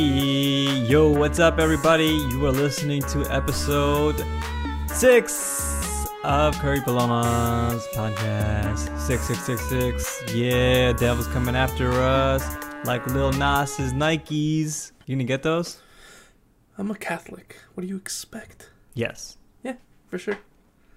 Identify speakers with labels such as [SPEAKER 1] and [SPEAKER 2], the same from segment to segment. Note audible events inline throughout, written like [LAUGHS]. [SPEAKER 1] Hey, yo, what's up, everybody? You are listening to episode six of Curry Paloma's podcast. Six, six, six, six. Yeah, devil's coming after us like Lil Nas's Nikes. You gonna get those?
[SPEAKER 2] I'm a Catholic. What do you expect?
[SPEAKER 1] Yes.
[SPEAKER 2] Yeah, for sure.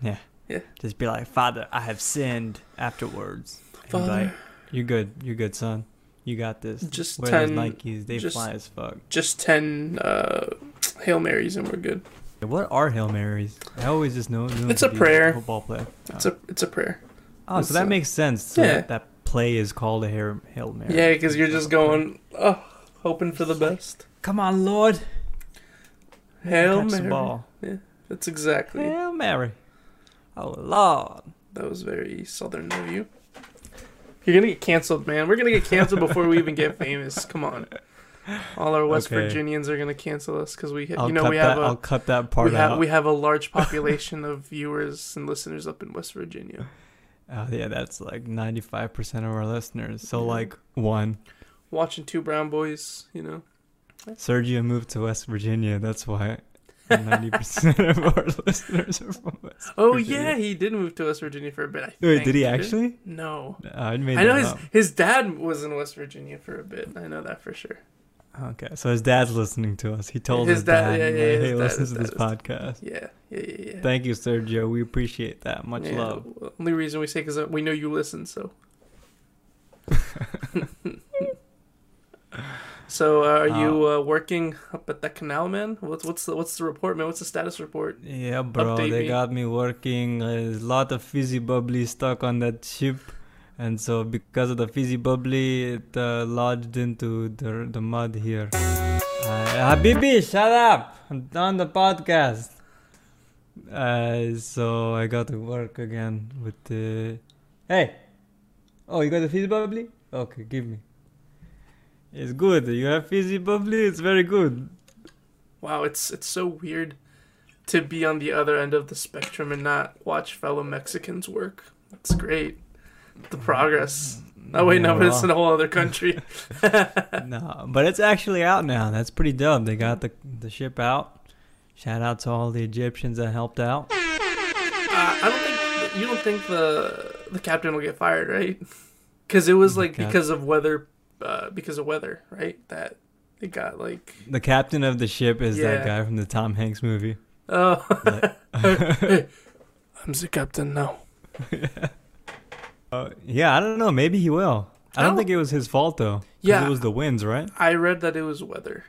[SPEAKER 1] Yeah.
[SPEAKER 2] Yeah.
[SPEAKER 1] Just be like, Father, I have sinned. Afterwards, And be
[SPEAKER 2] Father.
[SPEAKER 1] like, you're good. You're good, son. You got this.
[SPEAKER 2] Just
[SPEAKER 1] wear those
[SPEAKER 2] 10
[SPEAKER 1] Nikes. They
[SPEAKER 2] just-
[SPEAKER 1] fly as fuck.
[SPEAKER 2] Just 10 uh, Hail Marys and we're good.
[SPEAKER 1] What are Hail Marys? I always just know. know
[SPEAKER 2] It's
[SPEAKER 1] to
[SPEAKER 2] a
[SPEAKER 1] be
[SPEAKER 2] prayer.
[SPEAKER 1] Football player.
[SPEAKER 2] It's a it's a prayer.
[SPEAKER 1] Oh,
[SPEAKER 2] It's
[SPEAKER 1] so that
[SPEAKER 2] a-
[SPEAKER 1] makes sense. So
[SPEAKER 2] Yeah.
[SPEAKER 1] that, that play is called a Hail, Hail Mary.
[SPEAKER 2] Yeah, because you're just going, oh, hoping for the best.
[SPEAKER 1] Come on, Lord.
[SPEAKER 2] Hail
[SPEAKER 1] Catch the
[SPEAKER 2] Mary.
[SPEAKER 1] ball.
[SPEAKER 2] That's exactly.
[SPEAKER 1] Hail Mary. Oh, Lord.
[SPEAKER 2] That was very southern of you. You're gonna get canceled, man. We're gonna get canceled before we even
[SPEAKER 1] [LAUGHS]
[SPEAKER 2] get famous. Come on. All our West
[SPEAKER 1] Okay.
[SPEAKER 2] Virginians are gonna cancel us because we, ha-
[SPEAKER 1] I'll,
[SPEAKER 2] you know,
[SPEAKER 1] cut
[SPEAKER 2] we
[SPEAKER 1] that,
[SPEAKER 2] have
[SPEAKER 1] I'll
[SPEAKER 2] a
[SPEAKER 1] cut that part
[SPEAKER 2] we have
[SPEAKER 1] out.
[SPEAKER 2] we have a large population of viewers and listeners up in West Virginia.
[SPEAKER 1] oh, yeah, that's like 95% of our listeners. So,
[SPEAKER 2] Yeah.
[SPEAKER 1] like, one.
[SPEAKER 2] Watching two brown boys, you know.
[SPEAKER 1] Sergio moved to West Virginia. That's why 90% of
[SPEAKER 2] [LAUGHS]
[SPEAKER 1] our listeners are from West
[SPEAKER 2] Oh
[SPEAKER 1] Virginia.
[SPEAKER 2] yeah, he did move to West Virginia for a bit. I
[SPEAKER 1] Wait,
[SPEAKER 2] think.
[SPEAKER 1] did he actually?
[SPEAKER 2] No.
[SPEAKER 1] Uh, I made
[SPEAKER 2] I know
[SPEAKER 1] that
[SPEAKER 2] his
[SPEAKER 1] up.
[SPEAKER 2] his dad was in West Virginia for a bit. I know that for sure.
[SPEAKER 1] Okay, so his dad's listening to us. He told
[SPEAKER 2] His
[SPEAKER 1] his, dad,
[SPEAKER 2] dad- yeah, yeah,
[SPEAKER 1] like,
[SPEAKER 2] his
[SPEAKER 1] hey,
[SPEAKER 2] dad-
[SPEAKER 1] listen
[SPEAKER 2] his
[SPEAKER 1] to this
[SPEAKER 2] dad
[SPEAKER 1] podcast.
[SPEAKER 2] Yeah, yeah, yeah, yeah.
[SPEAKER 1] Thank you, Sergio. We appreciate that. Much
[SPEAKER 2] Yeah,
[SPEAKER 1] love.
[SPEAKER 2] well, Only reason we say because we know you
[SPEAKER 1] [LAUGHS]
[SPEAKER 2] listen. So. so uh, are you uh, working up at the canal, man? What's what's the what's the report, man? What's the status report?
[SPEAKER 1] Yeah, bro.
[SPEAKER 2] Update
[SPEAKER 1] they
[SPEAKER 2] me.
[SPEAKER 1] got me working. There's a lot of fizzy bubbly stuck on that ship. And so, because of the fizzy bubbly, it uh, lodged into the, the mud here. Uh, Habibi, shut up! I'm on the podcast. Uh, so, I got to work again with the. Hey! Oh, you got the fizzy bubbly? Okay, give me. It's good. You have fizzy bubbly? It's very good.
[SPEAKER 2] Wow, it's it's so weird to be on the other end of the spectrum and not watch fellow Mexicans work. It's great. The progress. Oh wait, no,
[SPEAKER 1] Yeah,
[SPEAKER 2] but it's
[SPEAKER 1] well.
[SPEAKER 2] in a whole other country. Uh,
[SPEAKER 1] no, but it's actually out now. That's pretty dumb. They got the the ship out. Shout out to all the Egyptians that helped out.
[SPEAKER 2] Uh, I don't think you don't think the the captain will get fired, right? Because it was like
[SPEAKER 1] cap-
[SPEAKER 2] because of weather, uh, because of weather, right? That it got like
[SPEAKER 1] The captain of the ship is
[SPEAKER 2] Yeah.
[SPEAKER 1] that guy from the Tom Hanks movie.
[SPEAKER 2] oh,
[SPEAKER 1] Like-
[SPEAKER 2] [LAUGHS] I'm the captain now.
[SPEAKER 1] Uh, yeah, I don't know. Maybe he will. I
[SPEAKER 2] Oh.
[SPEAKER 1] don't think it was his fault though. 'cause
[SPEAKER 2] Yeah.
[SPEAKER 1] it was the winds, right?
[SPEAKER 2] I read that it was weather,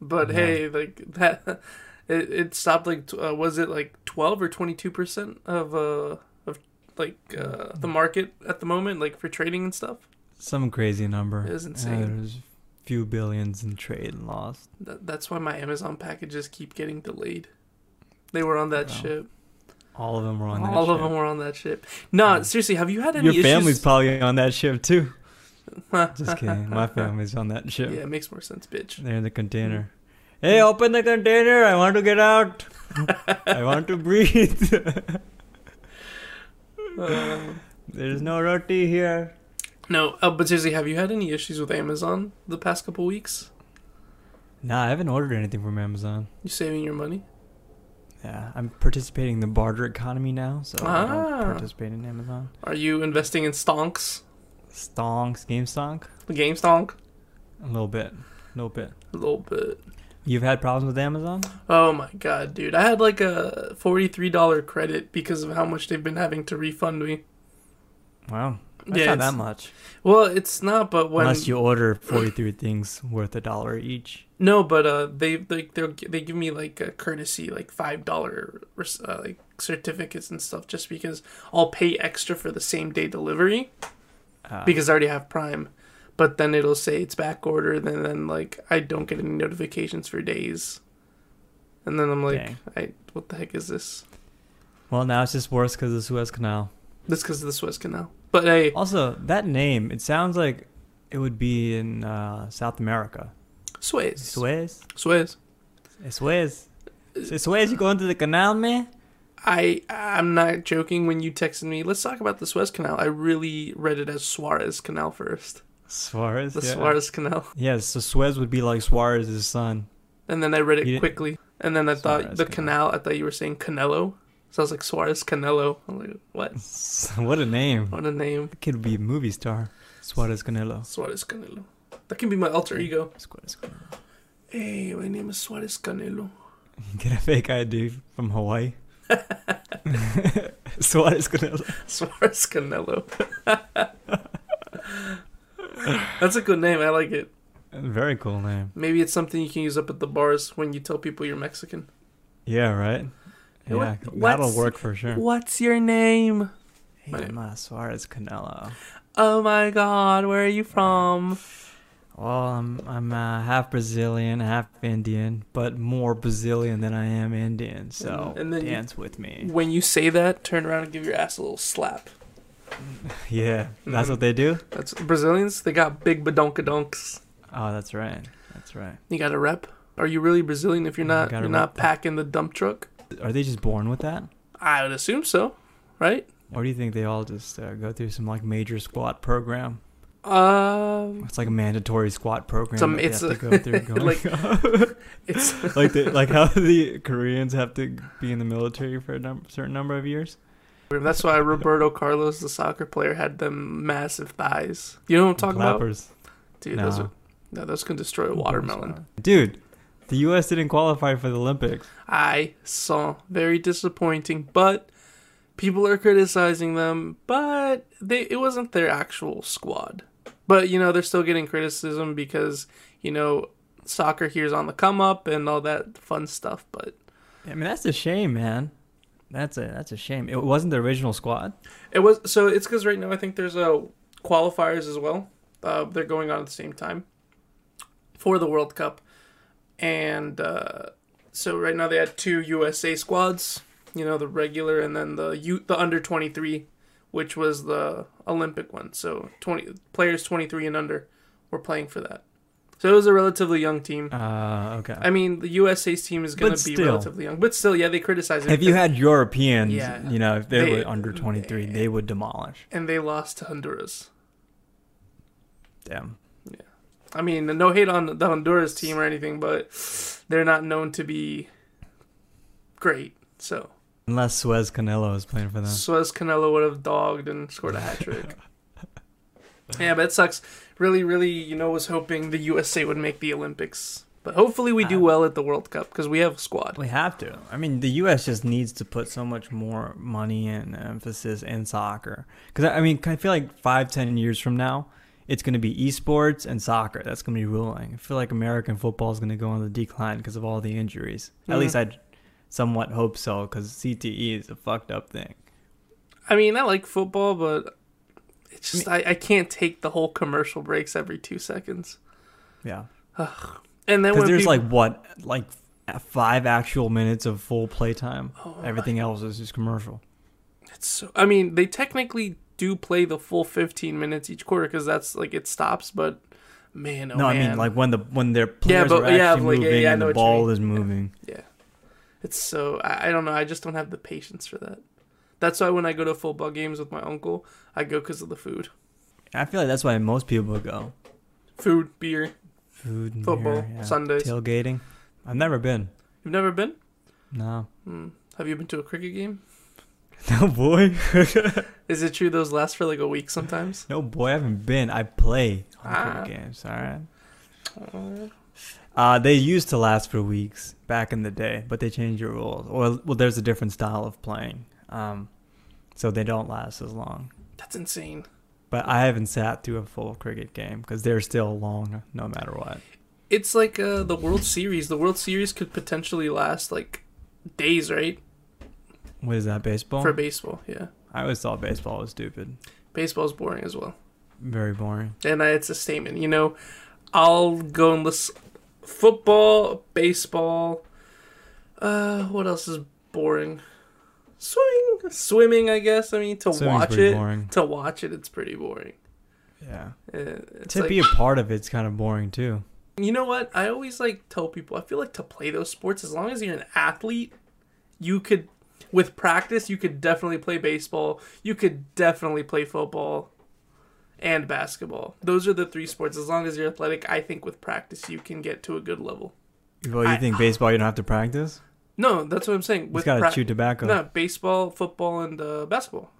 [SPEAKER 2] but
[SPEAKER 1] Yeah.
[SPEAKER 2] hey, like that, [LAUGHS] it, it stopped like tw- uh, was it like twelve or twenty two percent of uh of like uh
[SPEAKER 1] Mm-hmm.
[SPEAKER 2] the market at the moment, like for trading and stuff.
[SPEAKER 1] Some crazy number.
[SPEAKER 2] It was
[SPEAKER 1] Yeah,
[SPEAKER 2] insane.
[SPEAKER 1] there was few billions in trade and lost.
[SPEAKER 2] That, that's why my Amazon packages keep getting delayed. They were on that
[SPEAKER 1] Wow.
[SPEAKER 2] ship.
[SPEAKER 1] All of them were on that
[SPEAKER 2] All
[SPEAKER 1] ship. Mm.
[SPEAKER 2] of them were on that ship. No, seriously, have you had any
[SPEAKER 1] Your
[SPEAKER 2] issues?
[SPEAKER 1] family's
[SPEAKER 2] [LAUGHS]
[SPEAKER 1] probably on that ship too. Just kidding.
[SPEAKER 2] [LAUGHS]
[SPEAKER 1] My family's on that ship.
[SPEAKER 2] Yeah, it makes more sense, bitch.
[SPEAKER 1] They're in the container. Mm. Hey, open the container. I want to get out. I want to breathe. [LAUGHS] Mm.
[SPEAKER 2] Um,
[SPEAKER 1] There's no roti here.
[SPEAKER 2] no, uh, but seriously, have you had any issues with Amazon the past couple weeks?
[SPEAKER 1] Nah, I haven't ordered anything from Amazon.
[SPEAKER 2] You saving your money?
[SPEAKER 1] Yeah, I'm participating in the barter economy now, so I
[SPEAKER 2] Ah.
[SPEAKER 1] don't participate in Amazon.
[SPEAKER 2] Are you investing in stonks?
[SPEAKER 1] Stonks, game stonk?
[SPEAKER 2] The game stonk?
[SPEAKER 1] A little bit. A little bit.
[SPEAKER 2] A little bit.
[SPEAKER 1] You've had problems with Amazon?
[SPEAKER 2] Oh my god, dude. I had like a $43 credit because of how much they've been having to refund me.
[SPEAKER 1] Wow. That's
[SPEAKER 2] Yeah,
[SPEAKER 1] not
[SPEAKER 2] it's-
[SPEAKER 1] that much.
[SPEAKER 2] Well, it's not, but when.
[SPEAKER 1] Unless you order 43 things worth a dollar each.
[SPEAKER 2] No, but uh, they like they they give me like a courtesy like five dollar uh, like certificates and stuff just because I'll pay extra for the same day delivery
[SPEAKER 1] Uh,
[SPEAKER 2] because I already have Prime, but then it'll say it's back ordered and then like I don't get any notifications for days, and then I'm like,
[SPEAKER 1] Dang.
[SPEAKER 2] I what the heck is this?
[SPEAKER 1] well, now it's just worse because of the Suez Canal.
[SPEAKER 2] This because of the Suez Canal. But hey,
[SPEAKER 1] Also, that name, it sounds like it would be in uh, South America.
[SPEAKER 2] Suez, Suez,
[SPEAKER 1] Suez?
[SPEAKER 2] Suez.
[SPEAKER 1] Suez. Suez, you going to the canal, man?
[SPEAKER 2] I I'm not joking. When you texted me, let's talk about the Suez Canal. I really read it as Suarez Canal first.
[SPEAKER 1] Suarez.
[SPEAKER 2] the
[SPEAKER 1] yeah.
[SPEAKER 2] Suarez Canal.
[SPEAKER 1] Yes, so Suez would be like Suarez's son. [LAUGHS]
[SPEAKER 2] And then I read
[SPEAKER 1] You
[SPEAKER 2] it
[SPEAKER 1] didn't-
[SPEAKER 2] quickly. And then I thought
[SPEAKER 1] Suarez
[SPEAKER 2] the
[SPEAKER 1] Canal.
[SPEAKER 2] canal. I thought you were saying Canelo. So I was like Suarez Canelo. I'm like, what?
[SPEAKER 1] what a name!
[SPEAKER 2] What a name.
[SPEAKER 1] That could be a movie star. Suarez Canelo.
[SPEAKER 2] Suarez Canelo. That can be my alter ego.
[SPEAKER 1] Suarez Canelo. [LAUGHS]
[SPEAKER 2] Hey, my name is Suarez Canelo. [LAUGHS]
[SPEAKER 1] Get a fake ID from Hawaii. [LAUGHS] Suarez Canelo.
[SPEAKER 2] Suarez Canelo. [LAUGHS] That's a good name. I like it.
[SPEAKER 1] Very cool name.
[SPEAKER 2] Maybe it's something you can use up at the bars when you tell people you're Mexican.
[SPEAKER 1] Yeah, right.
[SPEAKER 2] What-
[SPEAKER 1] Yeah, that'll
[SPEAKER 2] what's-
[SPEAKER 1] work for sure.
[SPEAKER 2] What's your name? my name?
[SPEAKER 1] Irma Suarez Canelo.
[SPEAKER 2] Oh my god, where are you from?
[SPEAKER 1] Well, I'm I'm uh, half Brazilian, half Indian, but more Brazilian than I am Indian. So
[SPEAKER 2] and then you-
[SPEAKER 1] dance with me.
[SPEAKER 2] When you say that, turn around and give your ass a little slap.
[SPEAKER 1] [LAUGHS] Yeah, that's
[SPEAKER 2] Mhm.
[SPEAKER 1] what they do.
[SPEAKER 2] That's Brazilians, they got big badonkadonks.
[SPEAKER 1] Oh, that's right. That's right.
[SPEAKER 2] You got a rep? Are you really Brazilian if you're
[SPEAKER 1] You
[SPEAKER 2] not
[SPEAKER 1] gotta
[SPEAKER 2] you're not
[SPEAKER 1] rep that.
[SPEAKER 2] packing the dump truck?
[SPEAKER 1] Are they just born with that,
[SPEAKER 2] I would assume so, right?
[SPEAKER 1] or do you think they all just uh, go through some like major squat program?
[SPEAKER 2] Um
[SPEAKER 1] It's like a mandatory squat program.
[SPEAKER 2] Some-
[SPEAKER 1] that they
[SPEAKER 2] it's
[SPEAKER 1] have
[SPEAKER 2] a-
[SPEAKER 1] to go
[SPEAKER 2] [LAUGHS]
[SPEAKER 1] through going-
[SPEAKER 2] it's
[SPEAKER 1] [LAUGHS]
[SPEAKER 2] [LAUGHS]
[SPEAKER 1] like the, like how the Koreans have to be in the military for a num- certain number of years.
[SPEAKER 2] that's why Roberto Carlos, the soccer player, had them massive thighs. You know what I'm talking about?
[SPEAKER 1] Clappers.
[SPEAKER 2] Dude, those
[SPEAKER 1] No.
[SPEAKER 2] are, no, those can destroy a watermelon.
[SPEAKER 1] Dude, the U.S. didn't qualify for the Olympics.
[SPEAKER 2] I saw very disappointing, but people are criticizing them, but they it wasn't their actual squad. But you know, they're still getting criticism because, you know, soccer here's on the come up and all that fun stuff, but
[SPEAKER 1] I mean, that's a shame, man. That's a that's a shame. It wasn't the original squad.
[SPEAKER 2] it was so it's cuz right now I think there's a qualifiers as well. Uh, they're going on at the same time for the World Cup. And uh, so right now they had two USA squads, you know, the regular and then the U- the under 23, which was the Olympic one. So 20 players 23 and under were playing for that. So it was a relatively young team.
[SPEAKER 1] Uh, okay.
[SPEAKER 2] I mean, the USA's team is going
[SPEAKER 1] But
[SPEAKER 2] to be
[SPEAKER 1] still.
[SPEAKER 2] relatively young, but still, yeah, they criticize it.
[SPEAKER 1] if you had Europeans,
[SPEAKER 2] Yeah.
[SPEAKER 1] you know, if they,
[SPEAKER 2] They-
[SPEAKER 1] were under 23, they would demolish
[SPEAKER 2] and they lost to Honduras.
[SPEAKER 1] them.
[SPEAKER 2] I mean, no hate on the Honduras team or anything, but they're not known to be great. So
[SPEAKER 1] Unless Suez Canelo is playing for them.
[SPEAKER 2] Suez Canelo would have dogged and scored a hat trick. yeah, but it sucks. Really, really, you know, was hoping the USA would make the Olympics, but hopefully we
[SPEAKER 1] Uh.
[SPEAKER 2] do well at the World Cup because we have a squad.
[SPEAKER 1] We have to. I mean, the U.S. just needs to put so much more money and emphasis in soccer. Because I I mean, I feel like five, ten years from now, it's going to be esports and soccer. That's going to be ruling. I feel like American football is going to go on the decline because of all the injuries. At
[SPEAKER 2] Mhm.
[SPEAKER 1] least I somewhat hope so. Because CTE E is a fucked up thing.
[SPEAKER 2] I mean, I like football, but it's just I, I can't take the whole commercial breaks every two seconds.
[SPEAKER 1] Yeah.
[SPEAKER 2] And then
[SPEAKER 1] Because
[SPEAKER 2] when
[SPEAKER 1] there's
[SPEAKER 2] people,
[SPEAKER 1] like what, like f- five actual minutes of full playtime.
[SPEAKER 2] Oh,
[SPEAKER 1] Everything else is just commercial.
[SPEAKER 2] It's so. I mean, they technically do play the full 15 minutes each quarter because that's like it stops. But man, oh
[SPEAKER 1] no, I mean
[SPEAKER 2] man.
[SPEAKER 1] like when the when their players
[SPEAKER 2] but-
[SPEAKER 1] are
[SPEAKER 2] yeah,
[SPEAKER 1] actually
[SPEAKER 2] like, yeah,
[SPEAKER 1] moving
[SPEAKER 2] yeah, I
[SPEAKER 1] and
[SPEAKER 2] know
[SPEAKER 1] the
[SPEAKER 2] what you mean.
[SPEAKER 1] ball is moving.
[SPEAKER 2] it's so. I, I don't know. I just don't have the patience for that. That's why when I go to football games with my uncle, I go because of the food,
[SPEAKER 1] I feel like that's why most people go.
[SPEAKER 2] food, beer,
[SPEAKER 1] Food, and
[SPEAKER 2] football,
[SPEAKER 1] beer, yeah.
[SPEAKER 2] Sundays.
[SPEAKER 1] tailgating. I've never been.
[SPEAKER 2] You've never been?
[SPEAKER 1] No,
[SPEAKER 2] Hmm. Have you been to a cricket game?
[SPEAKER 1] [LAUGHS] no boy,
[SPEAKER 2] Is it true those last for like a week sometimes?
[SPEAKER 1] no boy. I haven't been. I play on
[SPEAKER 2] Ah.
[SPEAKER 1] cricket games. All right.
[SPEAKER 2] Uh,
[SPEAKER 1] Uh, they used to last for weeks back in the day, but they changed the rules. Or well, there's a different style of playing, um, so they don't last as long.
[SPEAKER 2] that's insane.
[SPEAKER 1] But I haven't sat through a full cricket game because they're still long no matter what.
[SPEAKER 2] It's like uh, the World Series. The World Series could potentially last like days, right?
[SPEAKER 1] What is that baseball?
[SPEAKER 2] For baseball, yeah.
[SPEAKER 1] I always thought baseball was stupid,
[SPEAKER 2] Baseball's boring as well.
[SPEAKER 1] very boring.
[SPEAKER 2] and I, it's a statement. You know, I'll go and listen. Football, baseball. Uh, what else is boring? Swimming, swimming. I guess. I mean, to
[SPEAKER 1] Swimming's
[SPEAKER 2] watch
[SPEAKER 1] pretty
[SPEAKER 2] it,
[SPEAKER 1] boring.
[SPEAKER 2] to watch it, it's pretty boring.
[SPEAKER 1] Yeah,
[SPEAKER 2] Uh, It's
[SPEAKER 1] to
[SPEAKER 2] like,
[SPEAKER 1] be a part of it's kind of boring too.
[SPEAKER 2] you know what? I always like tell people. I feel like to play those sports, as long as you're an athlete, you could. With practice, you could definitely play baseball. You could definitely play football. and basketball. Those are the three sports. As long as you're athletic, I think with practice you can get to a good level.
[SPEAKER 1] Well, you
[SPEAKER 2] I-
[SPEAKER 1] think baseball you don't have to practice?
[SPEAKER 2] No, that's what I'm saying.
[SPEAKER 1] It's
[SPEAKER 2] With
[SPEAKER 1] got to
[SPEAKER 2] prac-
[SPEAKER 1] chew tobacco.
[SPEAKER 2] no baseball, football, and uh, basketball.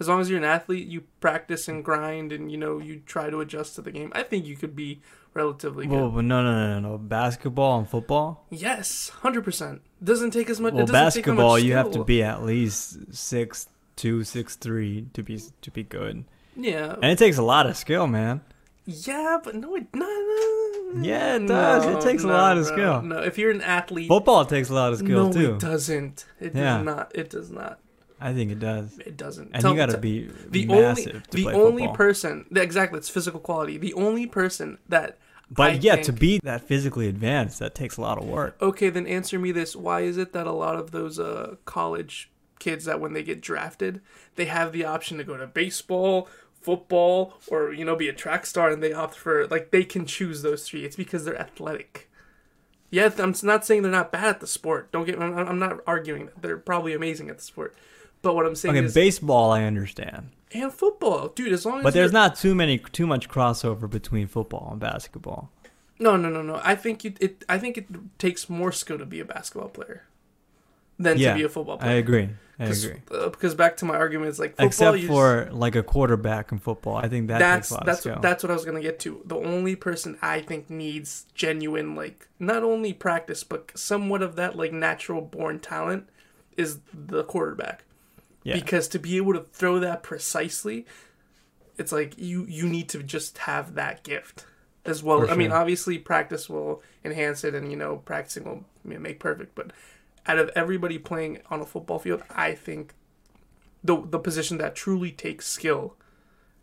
[SPEAKER 2] As long as you're an athlete, you practice and grind, and you know you try to adjust to the game. I think you could be relatively good.
[SPEAKER 1] Whoa, but no, no, no, no, no. Basketball and football.
[SPEAKER 2] Yes, hundred percent. Doesn't take as much.
[SPEAKER 1] well,
[SPEAKER 2] it doesn't
[SPEAKER 1] basketball,
[SPEAKER 2] take how much
[SPEAKER 1] you have to
[SPEAKER 2] skill.
[SPEAKER 1] be at least six two, six three to be to be good,
[SPEAKER 2] Yeah.
[SPEAKER 1] and it takes a lot of skill, man.
[SPEAKER 2] yeah, but no, it no, no.
[SPEAKER 1] Yeah, it does. It takes a lot of skill.
[SPEAKER 2] No, if you're an athlete,
[SPEAKER 1] Football takes a lot of skill
[SPEAKER 2] no,
[SPEAKER 1] too.
[SPEAKER 2] it doesn't. It
[SPEAKER 1] Yeah.
[SPEAKER 2] does not. It does not.
[SPEAKER 1] I think it does,
[SPEAKER 2] It doesn't.
[SPEAKER 1] and
[SPEAKER 2] Tell-
[SPEAKER 1] you got to
[SPEAKER 2] tell-
[SPEAKER 1] be
[SPEAKER 2] the
[SPEAKER 1] massive
[SPEAKER 2] only
[SPEAKER 1] to
[SPEAKER 2] the
[SPEAKER 1] play
[SPEAKER 2] only
[SPEAKER 1] football.
[SPEAKER 2] person that- exactly it's physical quality. The only person that
[SPEAKER 1] but
[SPEAKER 2] I
[SPEAKER 1] yeah, to
[SPEAKER 2] think-
[SPEAKER 1] be that physically advanced, that takes a lot of work.
[SPEAKER 2] okay, then answer me this: Why is it that a lot of those uh, college kids that when they get drafted, they have the option to go to baseball, football, or you know, be a track star, and they opt for like they can choose those three. It's because they're athletic. Yeah, I'm not saying they're not bad at the sport. Don't get. I'm, I'm not arguing that they're probably amazing at the sport. But what I'm saying
[SPEAKER 1] Okay,
[SPEAKER 2] is,
[SPEAKER 1] baseball, I understand,
[SPEAKER 2] and football, dude. As long as
[SPEAKER 1] but there's
[SPEAKER 2] you're-
[SPEAKER 1] not too many too much crossover between football and basketball.
[SPEAKER 2] No, no, no, no. I think you, it. I think it takes more skill to be a basketball player than
[SPEAKER 1] Yeah,
[SPEAKER 2] to be a football player.
[SPEAKER 1] I agree. I
[SPEAKER 2] Because-
[SPEAKER 1] agree.
[SPEAKER 2] uh, because back to my argument, it's like football.
[SPEAKER 1] Except
[SPEAKER 2] you just-
[SPEAKER 1] for like a quarterback in football, I think that
[SPEAKER 2] that's
[SPEAKER 1] takes a lot
[SPEAKER 2] that's
[SPEAKER 1] of skill.
[SPEAKER 2] that's what I was gonna get to. The only person I think needs genuine like not only practice but somewhat of that like natural born talent is the quarterback.
[SPEAKER 1] Yeah.
[SPEAKER 2] Because to be able to throw that precisely, it's like you you need to just have that gift as well.
[SPEAKER 1] For
[SPEAKER 2] I mean,
[SPEAKER 1] sure.
[SPEAKER 2] obviously practice will enhance it, and you know practicing will you know, make perfect. But out of everybody playing on a football field, I think the the position that truly takes skill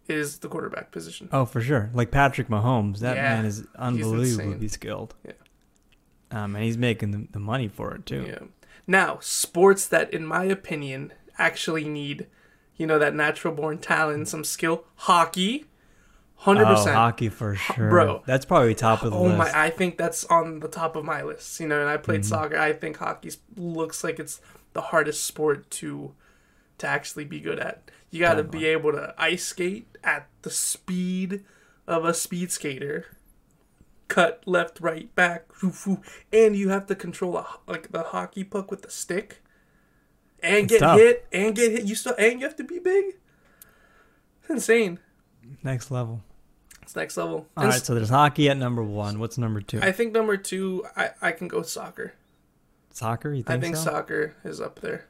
[SPEAKER 2] is the quarterback position.
[SPEAKER 1] Oh, for sure. Like Patrick Mahomes, that
[SPEAKER 2] Yeah,
[SPEAKER 1] man is unbelievably
[SPEAKER 2] insane.
[SPEAKER 1] skilled.
[SPEAKER 2] Yeah.
[SPEAKER 1] Um, and he's making the, the money for it too.
[SPEAKER 2] Yeah. Now, sports that, in my opinion, actually need, you know, that natural born talent, some skill. Hockey, hundred
[SPEAKER 1] Oh,
[SPEAKER 2] percent.
[SPEAKER 1] hockey for sure,
[SPEAKER 2] bro.
[SPEAKER 1] That's probably top of the
[SPEAKER 2] Oh
[SPEAKER 1] list.
[SPEAKER 2] my! I think that's on the top of my list. You know, and I played
[SPEAKER 1] Mm-hmm.
[SPEAKER 2] soccer. I think hockey looks like it's the hardest sport to to actually be good at. You got to be able to ice skate at the speed of a speed skater, cut left, right, back, woof, woof, and you have to control a, ho- like the hockey puck with the stick, and get
[SPEAKER 1] tough.
[SPEAKER 2] hit, and get hit. You still and you have to be big. It's insane.
[SPEAKER 1] Next level.
[SPEAKER 2] It's next level.
[SPEAKER 1] All
[SPEAKER 2] And
[SPEAKER 1] right, so there's hockey at number one. What's number two?
[SPEAKER 2] I think number two, I, I can go soccer.
[SPEAKER 1] Soccer. You
[SPEAKER 2] I
[SPEAKER 1] think,
[SPEAKER 2] think
[SPEAKER 1] so?
[SPEAKER 2] soccer is up there.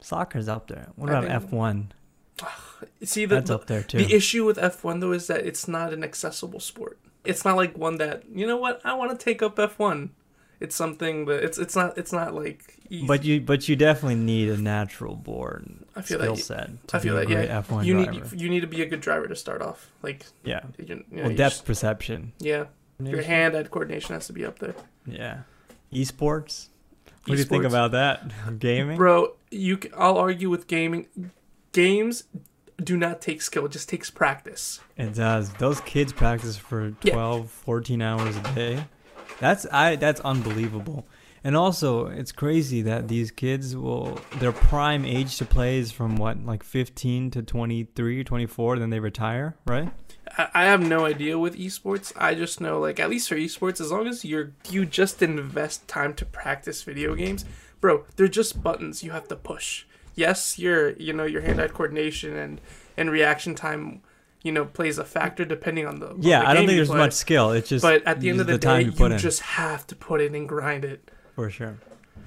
[SPEAKER 1] Soccer's up there. What
[SPEAKER 2] I
[SPEAKER 1] about
[SPEAKER 2] think-
[SPEAKER 1] F one?
[SPEAKER 2] See, the,
[SPEAKER 1] That's
[SPEAKER 2] the,
[SPEAKER 1] up there too.
[SPEAKER 2] the issue with F1, though, is that it's not an accessible sport. It's not like one that, you know what, I want to take up F1. It's something that it's it's not it's not like easy.
[SPEAKER 1] but you but you definitely need a natural born
[SPEAKER 2] I feel that
[SPEAKER 1] skill
[SPEAKER 2] you-
[SPEAKER 1] set to
[SPEAKER 2] I feel
[SPEAKER 1] be a
[SPEAKER 2] that
[SPEAKER 1] great
[SPEAKER 2] yeah,
[SPEAKER 1] F one
[SPEAKER 2] you
[SPEAKER 1] driver.
[SPEAKER 2] need you, need to be a good driver to start off. Like
[SPEAKER 1] yeah.
[SPEAKER 2] you, you know,
[SPEAKER 1] Well,
[SPEAKER 2] you
[SPEAKER 1] depth
[SPEAKER 2] just-
[SPEAKER 1] perception.
[SPEAKER 2] yeah, your hand-eye coordination has to be up there.
[SPEAKER 1] Yeah. Esports. What do you think
[SPEAKER 2] Esports.
[SPEAKER 1] about that? [LAUGHS] Gaming.
[SPEAKER 2] Bro, you c I'll argue with gaming. Games do not take skill; it just takes practice.
[SPEAKER 1] It does. Those kids practice for
[SPEAKER 2] Yeah.
[SPEAKER 1] 12, 14 hours a day. That's I that's unbelievable. And also, it's crazy that these kids will their prime age to play is from what like 15 to 23, 24, then they retire, right?
[SPEAKER 2] I I have no idea with esports. I just know, like, at least for esports, as long as you're you just invest time to practice video games, bro, they're just buttons you have to push. Yes, your you know your hand-eye coordination and and reaction time, you know, plays a factor depending on the on
[SPEAKER 1] Yeah,
[SPEAKER 2] the
[SPEAKER 1] I don't
[SPEAKER 2] game
[SPEAKER 1] think
[SPEAKER 2] you
[SPEAKER 1] there's
[SPEAKER 2] play,
[SPEAKER 1] much skill. It's just
[SPEAKER 2] But at the end of the,
[SPEAKER 1] time
[SPEAKER 2] day,
[SPEAKER 1] you put
[SPEAKER 2] you
[SPEAKER 1] in
[SPEAKER 2] just have to put in and grind it.
[SPEAKER 1] for sure.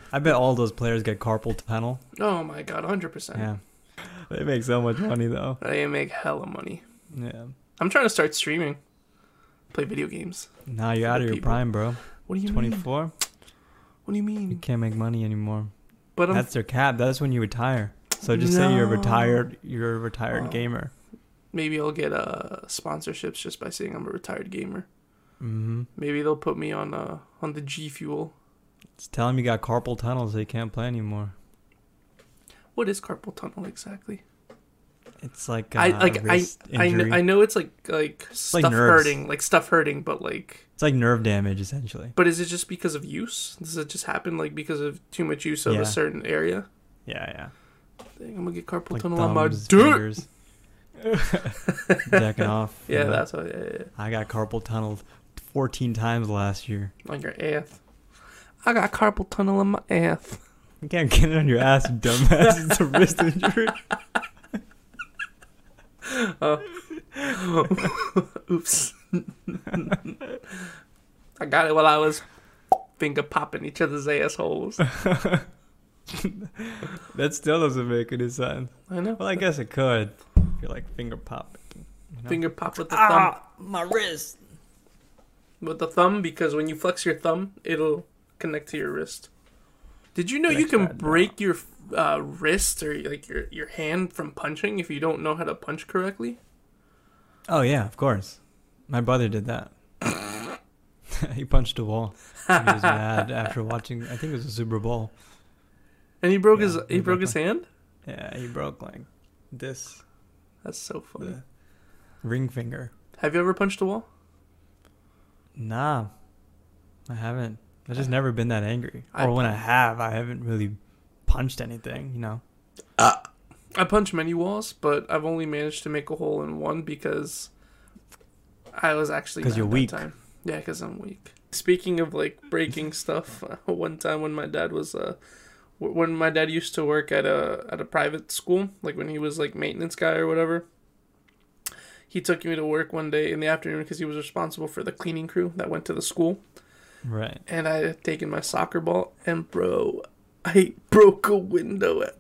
[SPEAKER 1] I bet all those players get carpal tunnel.
[SPEAKER 2] Oh my god, hundred percent. [LAUGHS]
[SPEAKER 1] Yeah. They make so much money though.
[SPEAKER 2] They make hella money.
[SPEAKER 1] Yeah.
[SPEAKER 2] I'm trying to start streaming, play video games.
[SPEAKER 1] Now you're
[SPEAKER 2] For the
[SPEAKER 1] out of your
[SPEAKER 2] people.
[SPEAKER 1] prime, bro.
[SPEAKER 2] What do you mean?
[SPEAKER 1] 24,
[SPEAKER 2] What do you
[SPEAKER 1] you
[SPEAKER 2] mean?
[SPEAKER 1] can't make money anymore.
[SPEAKER 2] But I'm
[SPEAKER 1] That's their cap. That's when you retire. So just say you're
[SPEAKER 2] No.
[SPEAKER 1] retired. You're a retired
[SPEAKER 2] Oh.
[SPEAKER 1] gamer.
[SPEAKER 2] Maybe I'll get uh, sponsorships just by saying I'm a retired gamer.
[SPEAKER 1] Mm-hmm.
[SPEAKER 2] Maybe they'll put me on uh, on the G Fuel.
[SPEAKER 1] Just tell him you got carpal tunnel, so you can't play anymore.
[SPEAKER 2] What is carpal tunnel exactly?
[SPEAKER 1] It's like
[SPEAKER 2] I
[SPEAKER 1] uh,
[SPEAKER 2] like I
[SPEAKER 1] wrist
[SPEAKER 2] I,
[SPEAKER 1] injury.
[SPEAKER 2] kn- I know it's like like stuff
[SPEAKER 1] nerves.
[SPEAKER 2] hurting, like stuff hurting, but like
[SPEAKER 1] It's like nerve damage essentially.
[SPEAKER 2] but is it just because of use? Does it just happen like because of too much use of
[SPEAKER 1] Yeah.
[SPEAKER 2] a certain area?
[SPEAKER 1] Yeah, yeah.
[SPEAKER 2] I think I'm gonna get carpal
[SPEAKER 1] Like
[SPEAKER 2] tunnel on my
[SPEAKER 1] thumbs,
[SPEAKER 2] [LAUGHS] dirt.
[SPEAKER 1] fingers. Jacking off. you
[SPEAKER 2] [LAUGHS] Yeah,
[SPEAKER 1] know.
[SPEAKER 2] that's what. Yeah, yeah.
[SPEAKER 1] I got carpal tunnel 14 times last year.
[SPEAKER 2] yeah. On your ass. I got carpal tunnel in my ass.
[SPEAKER 1] You can't get it on your ass, you dumbass. It's a wrist
[SPEAKER 2] [LAUGHS]
[SPEAKER 1] injury. [LAUGHS]
[SPEAKER 2] Oops. [LAUGHS] I got it while I was finger popping each other's assholes.
[SPEAKER 1] That still doesn't make any sense.
[SPEAKER 2] I know.
[SPEAKER 1] Well, I guess it could. If you're like finger popping. you know?
[SPEAKER 2] Finger pop with the thumb.
[SPEAKER 1] ah, my wrist.
[SPEAKER 2] with the thumb because when you flex your thumb, it'll connect to your wrist. Did you know you
[SPEAKER 1] Connects
[SPEAKER 2] can
[SPEAKER 1] bad now.
[SPEAKER 2] break your uh, wrist or like your your hand from punching if you don't know how to punch correctly?
[SPEAKER 1] Oh yeah, of course. My brother did that. [LAUGHS] he punched a wall. He was mad after watching. I think it was a Super Bowl.
[SPEAKER 2] And he broke his
[SPEAKER 1] Yeah,
[SPEAKER 2] he broke his
[SPEAKER 1] exactly.
[SPEAKER 2] hand.
[SPEAKER 1] Yeah, he broke like this
[SPEAKER 2] That's so funny.
[SPEAKER 1] the ring finger.
[SPEAKER 2] Have you ever punched a wall?
[SPEAKER 1] Nah, I haven't. I've just never been that angry.
[SPEAKER 2] I-
[SPEAKER 1] or when I have, I haven't really punched anything. You know.
[SPEAKER 2] I punch many walls, but I've only managed to make a hole in one because I was actually
[SPEAKER 1] 'Cause
[SPEAKER 2] mad
[SPEAKER 1] you're
[SPEAKER 2] that
[SPEAKER 1] weak.
[SPEAKER 2] Time. Yeah, because I'm weak. Speaking of like
[SPEAKER 1] [LAUGHS]
[SPEAKER 2] breaking stuff, [LAUGHS] uh, one time when my dad was uh, w- when my dad used to work at a at a private school, like when he was like maintenance guy or whatever. He took me to work one day in the afternoon because he was responsible for the cleaning crew that went to the school
[SPEAKER 1] Right.
[SPEAKER 2] and I had taken my soccer ball and bro, I [LAUGHS] broke a window at,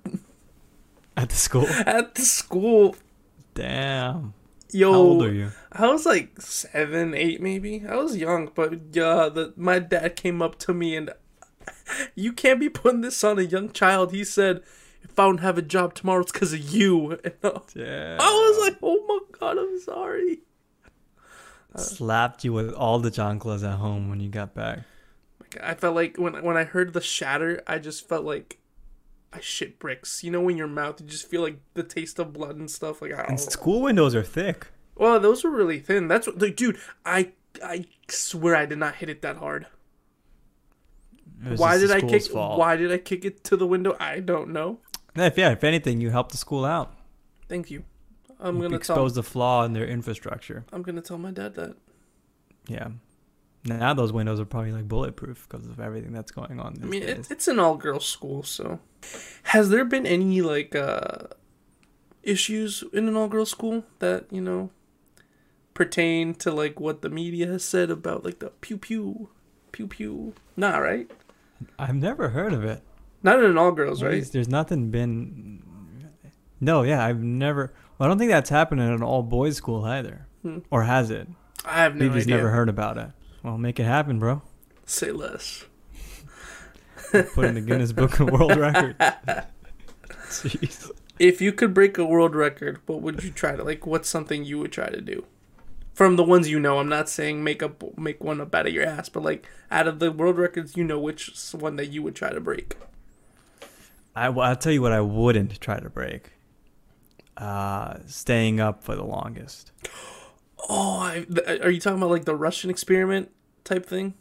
[SPEAKER 1] At the
[SPEAKER 2] [LAUGHS]
[SPEAKER 1] school.
[SPEAKER 2] at the school.
[SPEAKER 1] Damn.
[SPEAKER 2] Yo,
[SPEAKER 1] How old are you?
[SPEAKER 2] I was like seven, eight, maybe. I was young, but uh, the, my dad came up to me and [LAUGHS] you can't be putting this on a young child. He said, "If I don't have a job tomorrow, it's because of you." [LAUGHS] And I
[SPEAKER 1] Yeah.
[SPEAKER 2] I was like, "Oh my god, I'm sorry."
[SPEAKER 1] Slapped you with all the chanclas at home when you got back.
[SPEAKER 2] Like, I felt like when when I heard the shatter, I just felt like I shit bricks. You know, when your mouth, you just feel like the taste of blood and stuff. Like, I
[SPEAKER 1] And school windows are thick.
[SPEAKER 2] well, those were really thin. That's what, like, dude, I I swear I did not hit it that hard.
[SPEAKER 1] It was
[SPEAKER 2] why
[SPEAKER 1] just
[SPEAKER 2] did
[SPEAKER 1] the
[SPEAKER 2] I
[SPEAKER 1] school's
[SPEAKER 2] kick?
[SPEAKER 1] fault.
[SPEAKER 2] Why did I kick it to the window? I don't know.
[SPEAKER 1] And If, yeah, if anything, you help the school out.
[SPEAKER 2] Thank you. I'm
[SPEAKER 1] You
[SPEAKER 2] gonna tell.
[SPEAKER 1] expose the flaw in their infrastructure.
[SPEAKER 2] I'm gonna tell my dad that.
[SPEAKER 1] Yeah. Now those windows are probably like bulletproof because of everything that's going on. These
[SPEAKER 2] I mean,
[SPEAKER 1] days.
[SPEAKER 2] it, it's an all-girls school, so has there been any like uh issues in an all-girls school that you know pertain to like what the media has said about like the pew pew pew pew? Nah, right?
[SPEAKER 1] I've never heard of it.
[SPEAKER 2] Not in an all-girls,
[SPEAKER 1] At
[SPEAKER 2] right?
[SPEAKER 1] least There's nothing been. No, yeah, I've never. Well, I don't think that's happened in an all boys school either.
[SPEAKER 2] Hmm.
[SPEAKER 1] Or has it?
[SPEAKER 2] I have no
[SPEAKER 1] We've just
[SPEAKER 2] idea.
[SPEAKER 1] never heard about it. Well, make it happen, bro.
[SPEAKER 2] Say less.
[SPEAKER 1] Put in the Guinness Book of
[SPEAKER 2] [LAUGHS]
[SPEAKER 1] World Records. Jeez.
[SPEAKER 2] If you could break a world record, what would you try to like? What's something you would try to do? From the ones you know, I'm not saying make up make one up out of your ass, but like out of the world records, you know which s- one that you would try to break.
[SPEAKER 1] I, well, I'll tell you what I wouldn't try to break. Uh, staying up for the longest.
[SPEAKER 2] Oh, I, th- are you talking about like the Russian experiment type thing?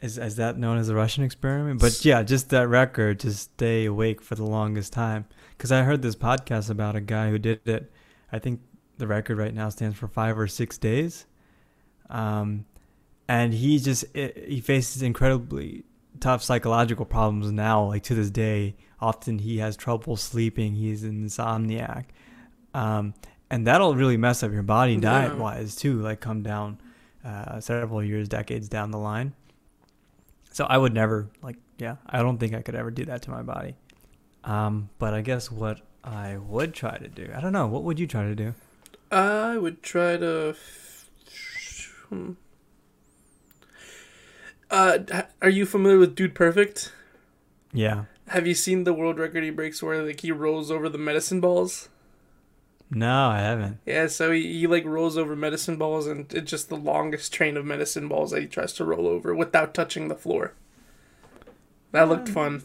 [SPEAKER 1] Is, is that known as the Russian experiment? But yeah, just that record, just stay awake for the longest time. Because I heard this podcast about a guy who did it. I think the record right now stands for five or six days. Um, and he just i he faces incredibly tough psychological problems now. Like to this day, often he has trouble sleeping. He's an insomniac, um, and that'll really mess up your body
[SPEAKER 2] Yeah.
[SPEAKER 1] diet wise too. Like come down uh, several years, decades down the line. So I would never like yeah. I don't think I could ever do that to my body. Um, but I guess what I would try to do, I don't know. What would you try to do?
[SPEAKER 2] I would try to. Hmm. Uh, h- are you familiar with Dude Perfect?
[SPEAKER 1] Yeah.
[SPEAKER 2] Have you seen the world record he breaks where like he rolls over the medicine balls?
[SPEAKER 1] No, I haven't.
[SPEAKER 2] Yeah, so he, he like rolls over medicine balls, and it's just the longest train of medicine balls that he tries to roll over without touching the floor. That looked fun.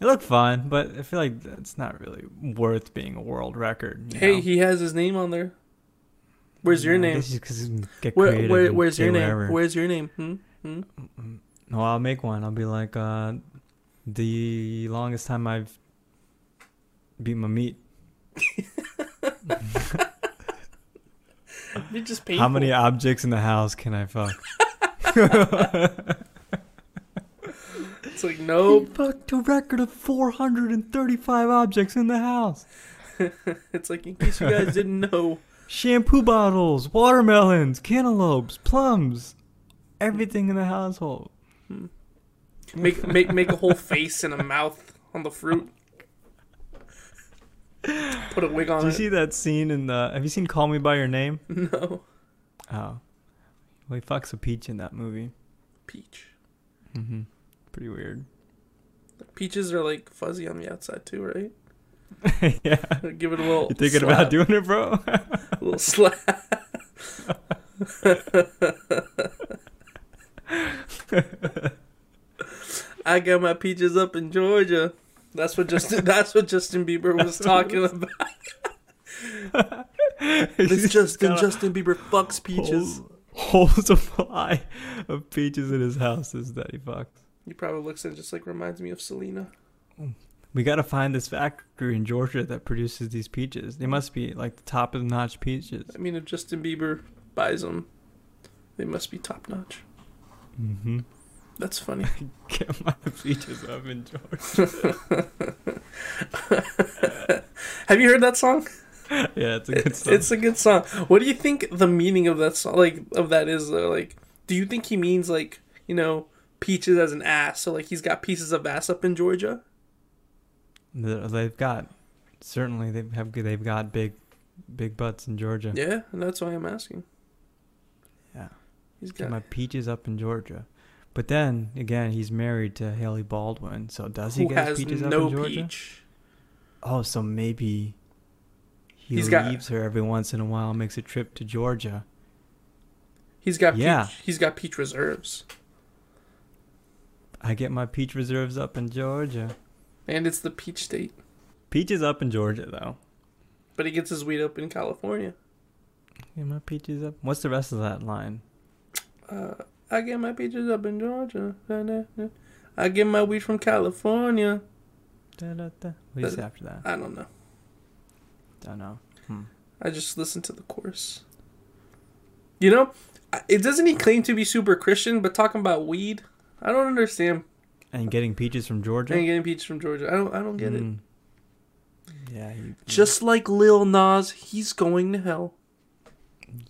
[SPEAKER 1] It looked fun, but I feel like it's not really worth being a world record. you know?
[SPEAKER 2] Hey, he has his name on there. Where's your
[SPEAKER 1] Yeah, I
[SPEAKER 2] name?
[SPEAKER 1] guess you could get
[SPEAKER 2] Where,
[SPEAKER 1] creative
[SPEAKER 2] where
[SPEAKER 1] and
[SPEAKER 2] where's your
[SPEAKER 1] say
[SPEAKER 2] name?
[SPEAKER 1] whatever.
[SPEAKER 2] Where's your name? Hmm? Hmm?
[SPEAKER 1] No, I'll make one. I'll be like, uh, the longest time I've beat my meat.
[SPEAKER 2] You're just
[SPEAKER 1] How
[SPEAKER 2] painful.
[SPEAKER 1] many objects in the house can I
[SPEAKER 2] [LAUGHS]
[SPEAKER 1] fuck?
[SPEAKER 2] It's like nope.
[SPEAKER 1] fucked a record of 435 objects in the house.
[SPEAKER 2] It's like in case you
[SPEAKER 1] [LAUGHS]
[SPEAKER 2] guys didn't know,
[SPEAKER 1] Shampoo bottles, watermelons, cantaloupes, plums, everything in the household.
[SPEAKER 2] make make make a whole face and a mouth on the fruit. Put a wig
[SPEAKER 1] Do
[SPEAKER 2] on
[SPEAKER 1] you
[SPEAKER 2] it.
[SPEAKER 1] see that scene in the? Have you seen Call Me by Your Name?
[SPEAKER 2] [LAUGHS] no
[SPEAKER 1] Oh, well, he fucks a peach in that movie.
[SPEAKER 2] peach.
[SPEAKER 1] Mm-hmm. Pretty weird. [LAUGHS]
[SPEAKER 2] Peaches are like fuzzy on the outside too, right?
[SPEAKER 1] yeah.
[SPEAKER 2] [LAUGHS] Give it a little.
[SPEAKER 1] You thinking
[SPEAKER 2] slap.
[SPEAKER 1] about doing it, bro? [LAUGHS]
[SPEAKER 2] a little slap? [LAUGHS] I got my peaches up in Georgia. That's
[SPEAKER 1] [LAUGHS]
[SPEAKER 2] what Justin. That's what Justin Bieber was talking about. It's Justin. Justin Bieber fucks peaches.
[SPEAKER 1] Whole, [LAUGHS] whole supply of peaches in his house is that he fucks.
[SPEAKER 2] He probably looks and just like reminds me of Selena.
[SPEAKER 1] We gotta find this factory in Georgia that produces these peaches. They must be like the top of the notch peaches.
[SPEAKER 2] I mean, if Justin Bieber buys them, they must be top notch.
[SPEAKER 1] Mm-hmm. [LAUGHS]
[SPEAKER 2] That's funny.
[SPEAKER 1] Get my peaches up in Georgia.
[SPEAKER 2] Have you heard that song?
[SPEAKER 1] yeah, it's a good song.
[SPEAKER 2] [LAUGHS] It's a good song. What do you think the meaning of that song, like of that, is? Though? Like, do you think he means like you know peaches as an ass? So like he's got pieces of ass up in Georgia.
[SPEAKER 1] They're- They've got certainly they have they've got big, big butts in Georgia.
[SPEAKER 2] Yeah, and that's why I'm asking.
[SPEAKER 1] Yeah.
[SPEAKER 2] he's
[SPEAKER 1] Get
[SPEAKER 2] got.
[SPEAKER 1] my peaches up in Georgia. But then again, he's married to Haley Baldwin, so does he
[SPEAKER 2] who
[SPEAKER 1] get his
[SPEAKER 2] has
[SPEAKER 1] peaches
[SPEAKER 2] no
[SPEAKER 1] up in Georgia?
[SPEAKER 2] peach?
[SPEAKER 1] Oh, so maybe he
[SPEAKER 2] He's got-
[SPEAKER 1] leaves her every once in a while, makes a trip to Georgia.
[SPEAKER 2] He's got.
[SPEAKER 1] Yeah.
[SPEAKER 2] Peach, he's got peach reserves,
[SPEAKER 1] I get my peach reserves up in Georgia.
[SPEAKER 2] and it's the peach state.
[SPEAKER 1] Peaches up in Georgia though.
[SPEAKER 2] But he gets his weed up in California.
[SPEAKER 1] Get my peaches up. What's the rest of that line?
[SPEAKER 2] Uh, I get my peaches up in Georgia. Na, na, na. I get my weed from California.
[SPEAKER 1] Da, da, da. What do
[SPEAKER 2] Uh,
[SPEAKER 1] you say after that?
[SPEAKER 2] I don't know.
[SPEAKER 1] Don't know.
[SPEAKER 2] I just listened to the chorus. You know, I- it doesn't he claim to be super Christian, but talking about weed, I don't understand.
[SPEAKER 1] And getting peaches from Georgia.
[SPEAKER 2] And getting peaches from Georgia, I don't, I don't get it.
[SPEAKER 1] Mm. Yeah. You,
[SPEAKER 2] Just like Lil Nas, he's going to hell.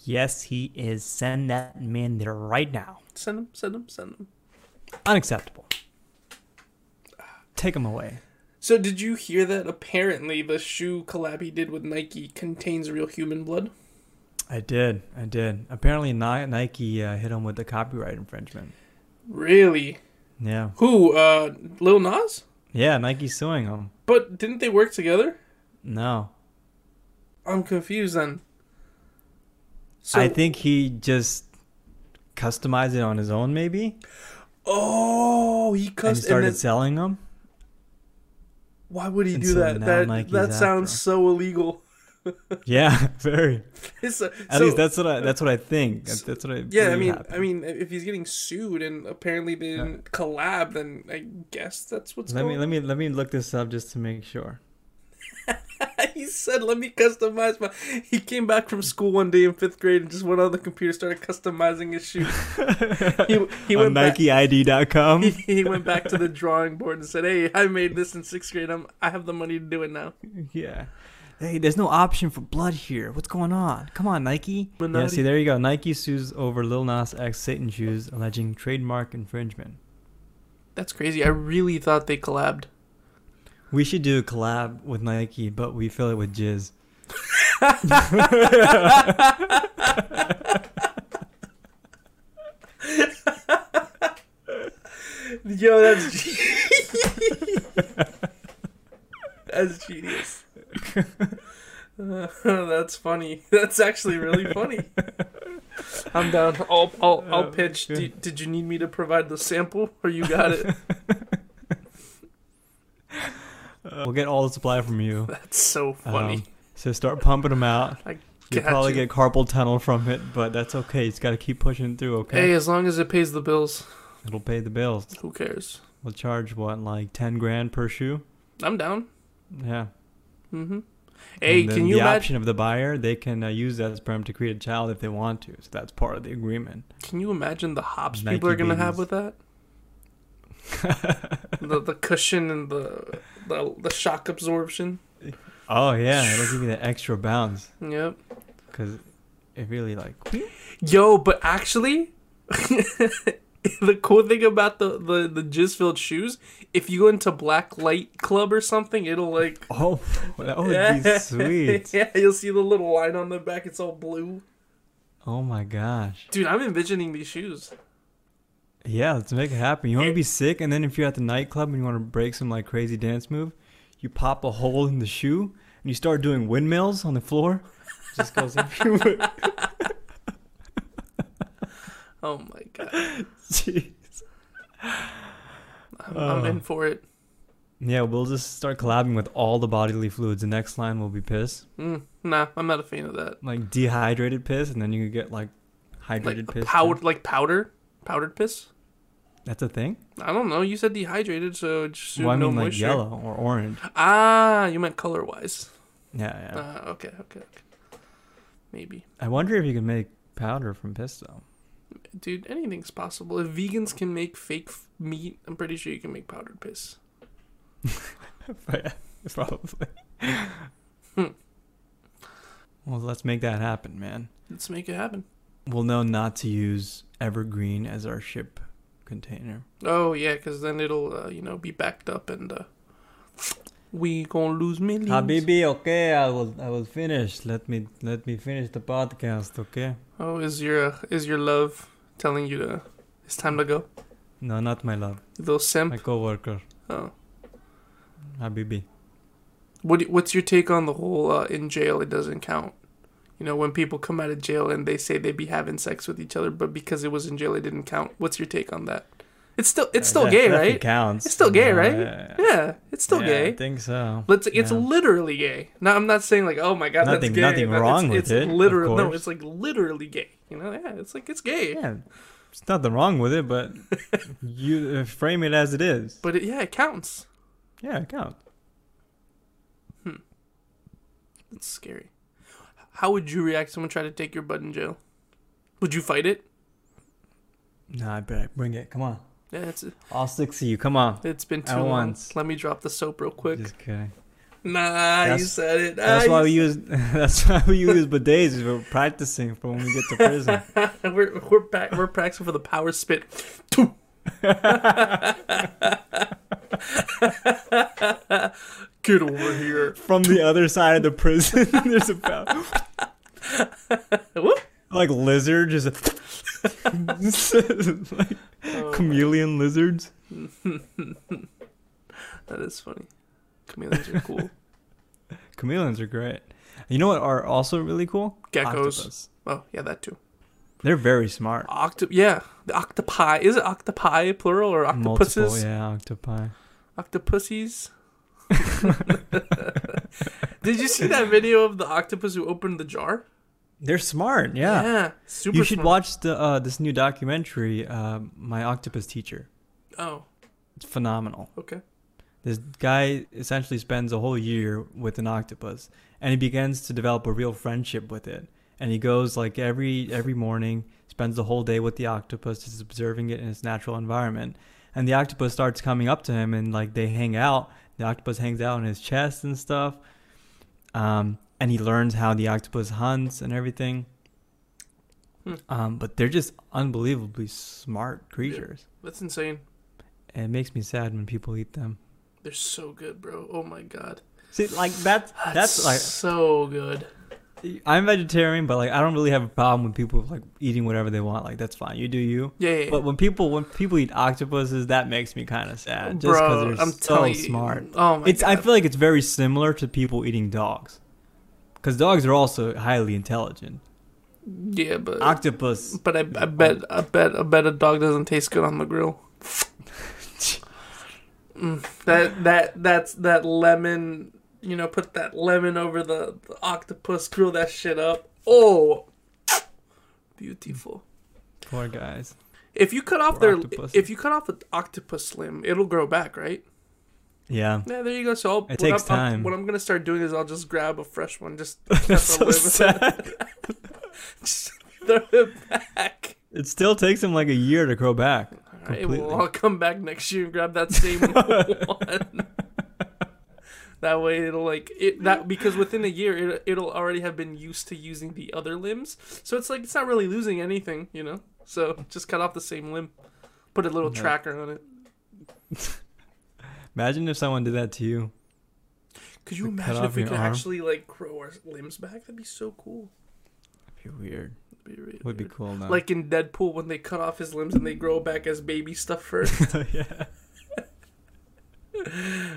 [SPEAKER 1] yes, he is. Send that man there right now.
[SPEAKER 2] Send him, send him, send him.
[SPEAKER 1] Unacceptable. Take him away.
[SPEAKER 2] So did you hear that? Apparently, the shoe collab he did with Nike contains real human blood.
[SPEAKER 1] I did. I did. Apparently, Ni- Nike uh, hit him with the copyright infringement.
[SPEAKER 2] Really?
[SPEAKER 1] Yeah.
[SPEAKER 2] Who? Uh, Lil Nas?
[SPEAKER 1] Yeah, Nike's suing him.
[SPEAKER 2] But didn't they work together?
[SPEAKER 1] No.
[SPEAKER 2] I'm confused then.
[SPEAKER 1] I think he just customized it on his own, maybe?
[SPEAKER 2] Oh, he
[SPEAKER 1] And he
[SPEAKER 2] cussed and
[SPEAKER 1] started
[SPEAKER 2] then
[SPEAKER 1] selling them?
[SPEAKER 2] Why would he
[SPEAKER 1] And
[SPEAKER 2] do
[SPEAKER 1] so
[SPEAKER 2] that?
[SPEAKER 1] now
[SPEAKER 2] That
[SPEAKER 1] Nike's
[SPEAKER 2] that
[SPEAKER 1] after
[SPEAKER 2] sounds
[SPEAKER 1] him.
[SPEAKER 2] so illegal. [LAUGHS]
[SPEAKER 1] Yeah, [LAUGHS] very.
[SPEAKER 2] It's a,
[SPEAKER 1] At
[SPEAKER 2] so,
[SPEAKER 1] least that's what I, that's what I think. That's, that's what I
[SPEAKER 2] yeah. I
[SPEAKER 1] believe
[SPEAKER 2] mean,
[SPEAKER 1] happened.
[SPEAKER 2] I mean, if he's getting sued and apparently they
[SPEAKER 1] Yeah.
[SPEAKER 2] didn't collab, then I guess that's what's
[SPEAKER 1] let me
[SPEAKER 2] going.
[SPEAKER 1] let me let me look this up just to make sure.
[SPEAKER 2] [LAUGHS] he said, "Let me customize my." He came back from school one day in fifth grade and just went on the computer, started customizing his
[SPEAKER 1] [LAUGHS]
[SPEAKER 2] shoes. he he
[SPEAKER 1] on
[SPEAKER 2] went back.
[SPEAKER 1] NikeID.com.
[SPEAKER 2] He, [LAUGHS] he went back to the drawing board and said, "Hey, I made this in sixth grade. I'm, I have the money to do it now."
[SPEAKER 1] Yeah. Hey, there's no option for blood here. What's going on? Come on, Nike. Yeah,
[SPEAKER 2] Illuminati.
[SPEAKER 1] see, there you go. Nike sues over Lil Nas X Satan shoes, alleging trademark infringement.
[SPEAKER 2] That's crazy. I really thought they collabed.
[SPEAKER 1] We should do a collab with Nike, but we fill it with [LAUGHS] jizz.
[SPEAKER 2] Yo, that's [LAUGHS] ge- that's genius. [LAUGHS] Uh, that's funny. That's actually really funny. I'm down. I'll I'll, I'll
[SPEAKER 1] Uh,
[SPEAKER 2] pitch.
[SPEAKER 1] okay.
[SPEAKER 2] Do, did you need me to provide the sample, or you got
[SPEAKER 1] [LAUGHS]
[SPEAKER 2] it?
[SPEAKER 1] We'll get all the supply from you.
[SPEAKER 2] That's so funny.
[SPEAKER 1] Um, so start pumping them out.
[SPEAKER 2] I
[SPEAKER 1] You'll
[SPEAKER 2] got
[SPEAKER 1] probably
[SPEAKER 2] you.
[SPEAKER 1] get carpal tunnel from it, but that's okay. It's got to keep pushing through, okay?
[SPEAKER 2] Hey, as long as it pays the bills,
[SPEAKER 1] It'll pay the bills.
[SPEAKER 2] who cares?
[SPEAKER 1] We'll charge, what, like 10 grand per shoe?
[SPEAKER 2] I'm down.
[SPEAKER 1] Yeah.
[SPEAKER 2] Mm-hmm. Hey,
[SPEAKER 1] and then
[SPEAKER 2] can you
[SPEAKER 1] the
[SPEAKER 2] imagine?
[SPEAKER 1] option of the buyer? They can uh, use that sperm to create a child if they want to. So that's part of the agreement. [LAUGHS]
[SPEAKER 2] Can you imagine the hops
[SPEAKER 1] Nike
[SPEAKER 2] people are gonna have
[SPEAKER 1] babies.
[SPEAKER 2] with that? the the cushion and the the, the shock absorption.
[SPEAKER 1] Oh yeah, it'll give you that extra bounce
[SPEAKER 2] Yep.
[SPEAKER 1] because it really like. [LAUGHS]
[SPEAKER 2] Yo, but actually, [LAUGHS] the cool thing about the the the jizz filled shoes, if you go into Black Light Club or something, it'll like.
[SPEAKER 1] Oh, that would
[SPEAKER 2] [LAUGHS]
[SPEAKER 1] be sweet.
[SPEAKER 2] yeah, you'll see the little line on the back. It's all blue.
[SPEAKER 1] Oh my gosh.
[SPEAKER 2] Dude, I'm envisioning these shoes.
[SPEAKER 1] Yeah, let's make it happen. You want to be sick, and then if you're at the nightclub and you want to break some like crazy dance move, you pop a hole in the shoe and you start doing windmills on the floor. It Just goes everywhere. [LAUGHS]
[SPEAKER 2] Oh my god,
[SPEAKER 1] Jeez.
[SPEAKER 2] I'm, I'm
[SPEAKER 1] Oh.
[SPEAKER 2] in for it.
[SPEAKER 1] Yeah, we'll just start collabing with all the bodily fluids. The next line will be piss,
[SPEAKER 2] Mm, nah, I'm not a fan of that.
[SPEAKER 1] like dehydrated piss, and then you can get like hydrated
[SPEAKER 2] Like
[SPEAKER 1] piss. too.
[SPEAKER 2] powder, like powder, powdered piss.
[SPEAKER 1] That's a thing.
[SPEAKER 2] I don't know. You said dehydrated, so just assume
[SPEAKER 1] well, I
[SPEAKER 2] no
[SPEAKER 1] mean like
[SPEAKER 2] moisture.
[SPEAKER 1] yellow or orange.
[SPEAKER 2] Ah, you meant color wise.
[SPEAKER 1] Yeah, yeah.
[SPEAKER 2] Ah, okay, okay, okay. Maybe,
[SPEAKER 1] I wonder if you can make powder from piss though. [LAUGHS]
[SPEAKER 2] dude. Anything's possible. If vegans can make fake f- meat, I'm pretty sure you can make powdered piss.
[SPEAKER 1] Probably.
[SPEAKER 2] Hmm.
[SPEAKER 1] Well, let's make that happen, man.
[SPEAKER 2] Let's make it happen.
[SPEAKER 1] We'll know not to use Evergreen as our ship container.
[SPEAKER 2] Oh yeah, because then it'll uh, you know be backed up and uh, we gonna lose millions.
[SPEAKER 1] Habibi, okay, I will. I will finish. Let me. Let me finish the podcast, okay?
[SPEAKER 2] Oh, is your uh, is your love telling you to? It's time to go.
[SPEAKER 1] No, not my love.
[SPEAKER 2] You little
[SPEAKER 1] [LAUGHS]
[SPEAKER 2] simp.
[SPEAKER 1] My coworker,
[SPEAKER 2] Oh,
[SPEAKER 1] Habibi.
[SPEAKER 2] what what's your take on the whole uh, in jail? It doesn't count. You know, when people come out of jail and they say they be having sex with each other, but because it was in jail, it didn't count. What's your take on that? It's still it's still
[SPEAKER 1] That
[SPEAKER 2] gay,
[SPEAKER 1] Uh, definitely
[SPEAKER 2] right?
[SPEAKER 1] Counts.
[SPEAKER 2] It's still gay,
[SPEAKER 1] No,
[SPEAKER 2] right?
[SPEAKER 1] yeah, yeah.
[SPEAKER 2] Yeah, it's still
[SPEAKER 1] Yeah, I
[SPEAKER 2] gay.
[SPEAKER 1] think so.
[SPEAKER 2] Let's. It's
[SPEAKER 1] yeah.
[SPEAKER 2] literally gay. No, I'm not saying like, oh my god,
[SPEAKER 1] Nothing-
[SPEAKER 2] that's gay.
[SPEAKER 1] nothing
[SPEAKER 2] No, it's-
[SPEAKER 1] wrong with
[SPEAKER 2] it's
[SPEAKER 1] it, of
[SPEAKER 2] Literal. No,
[SPEAKER 1] course.
[SPEAKER 2] it's like literally gay. You know? Yeah, it's like it's gay.
[SPEAKER 1] Yeah, there's nothing wrong with it,
[SPEAKER 2] [LAUGHS]
[SPEAKER 1] but you uh, frame it as it is.
[SPEAKER 2] But it, yeah, it counts.
[SPEAKER 1] yeah, it counts.
[SPEAKER 2] It's scary. How would you react? if Someone tried to take your butt in jail. Would you fight it?
[SPEAKER 1] Nah, I better bring it. Come on,
[SPEAKER 2] Yeah, it's
[SPEAKER 1] all six of you. Come on.
[SPEAKER 2] it's been too
[SPEAKER 1] At
[SPEAKER 2] long.
[SPEAKER 1] once.
[SPEAKER 2] Let me drop the soap real quick.
[SPEAKER 1] Just kidding.
[SPEAKER 2] Nah, you
[SPEAKER 1] That's-
[SPEAKER 2] said it.
[SPEAKER 1] That's
[SPEAKER 2] Nah,
[SPEAKER 1] why we
[SPEAKER 2] you
[SPEAKER 1] use. [LAUGHS] That's why we use bidets. is We're practicing for when we get to
[SPEAKER 2] [LAUGHS]
[SPEAKER 1] prison.
[SPEAKER 2] said- [LAUGHS] we're we're back. We're practicing for the power spit. [LAUGHS] Get over here.
[SPEAKER 1] From the other side of the prison, [LAUGHS] there's a pow-
[SPEAKER 2] Whoop.
[SPEAKER 1] like lizard, just
[SPEAKER 2] [LAUGHS]
[SPEAKER 1] [LAUGHS] like
[SPEAKER 2] Oh,
[SPEAKER 1] chameleon lizards.
[SPEAKER 2] that is funny. Chameleons are cool.
[SPEAKER 1] Chameleons are great. You know what are also really cool? [LAUGHS]
[SPEAKER 2] Geckos.
[SPEAKER 1] Octopus.
[SPEAKER 2] Oh yeah, that too.
[SPEAKER 1] They're very smart.
[SPEAKER 2] Octo. Yeah, the octopi. Is it octopi plural or octopuses?
[SPEAKER 1] Multiple, yeah, octopi. [LAUGHS]
[SPEAKER 2] Octopussies. Did you see that video of the octopus who opened the jar?
[SPEAKER 1] They're smart. Yeah.
[SPEAKER 2] super.
[SPEAKER 1] you should
[SPEAKER 2] smart.
[SPEAKER 1] watch the uh, this new documentary, uh, My Octopus Teacher.
[SPEAKER 2] Oh,
[SPEAKER 1] It's phenomenal.
[SPEAKER 2] okay.
[SPEAKER 1] This guy essentially spends a whole year with an octopus, and he begins to develop a real friendship with it. And he goes like every every morning, spends the whole day with the octopus, just observing it in its natural environment. And the octopus starts coming up to him, and like they hang out. The octopus hangs out on his chest and stuff. Um, and he learns how the octopus hunts and everything.
[SPEAKER 2] Hmm.
[SPEAKER 1] Um, but they're just unbelievably smart creatures.
[SPEAKER 2] That's insane.
[SPEAKER 1] And it makes me sad when people eat them.
[SPEAKER 2] They're so good, bro. Oh my god.
[SPEAKER 1] See, like that's that's like
[SPEAKER 2] so good.
[SPEAKER 1] I'm vegetarian, but like I don't really have a problem with people like eating whatever they want. Like that's fine, you do you.
[SPEAKER 2] Yeah, yeah, yeah.
[SPEAKER 1] But when people when people eat octopuses, that makes me kind of sad. Just because
[SPEAKER 2] bro,
[SPEAKER 1] they're
[SPEAKER 2] I'm
[SPEAKER 1] so
[SPEAKER 2] telling
[SPEAKER 1] smart.
[SPEAKER 2] you. Oh my
[SPEAKER 1] It's
[SPEAKER 2] god.
[SPEAKER 1] I feel like it's very similar to people eating dogs, because dogs are also highly intelligent.
[SPEAKER 2] yeah, but [LAUGHS]
[SPEAKER 1] Octopus,
[SPEAKER 2] but I, I bet I bet I bet a dog doesn't taste good on
[SPEAKER 1] [LAUGHS]
[SPEAKER 2] the grill. Mm, that that that's that lemon. You know, put that lemon over the, the octopus. Grill that shit up. Oh, beautiful.
[SPEAKER 1] poor guys.
[SPEAKER 2] If you cut off
[SPEAKER 1] Or
[SPEAKER 2] their
[SPEAKER 1] octopus.
[SPEAKER 2] if you cut off the octopus limb, it'll grow back, right?
[SPEAKER 1] Yeah.
[SPEAKER 2] Yeah, there you go. So I'll, what
[SPEAKER 1] takes
[SPEAKER 2] I'm, I'll-
[SPEAKER 1] time.
[SPEAKER 2] what I'm gonna start doing is I'll just grab a fresh one, just
[SPEAKER 1] [LAUGHS] That's
[SPEAKER 2] have to
[SPEAKER 1] so
[SPEAKER 2] live [LAUGHS] with
[SPEAKER 1] sad.
[SPEAKER 2] it. Just throw it back.
[SPEAKER 1] It still takes him like a year to grow back.
[SPEAKER 2] All right, well,
[SPEAKER 1] Completely.
[SPEAKER 2] I'll come back next year and grab that
[SPEAKER 1] [LAUGHS]
[SPEAKER 2] same one. that way, it'll like it that because within a year, it, it'll already have been used to using the other limbs. So it's like it's not really losing anything, you know. So just cut off the same limb, put a little
[SPEAKER 1] Yeah.
[SPEAKER 2] tracker on it.
[SPEAKER 1] Imagine if someone did that to you.
[SPEAKER 2] Could you
[SPEAKER 1] Like, cut
[SPEAKER 2] imagine
[SPEAKER 1] off
[SPEAKER 2] if we
[SPEAKER 1] your
[SPEAKER 2] could
[SPEAKER 1] arm?
[SPEAKER 2] actually like grow our limbs back? That'd be so cool.
[SPEAKER 1] That'd be weird.
[SPEAKER 2] That'd be really
[SPEAKER 1] Would be
[SPEAKER 2] weird.
[SPEAKER 1] cool now.
[SPEAKER 2] Like in Deadpool when they cut off his limbs and they grow back as baby
[SPEAKER 1] [LAUGHS]
[SPEAKER 2] stuff first.
[SPEAKER 1] [LAUGHS] yeah.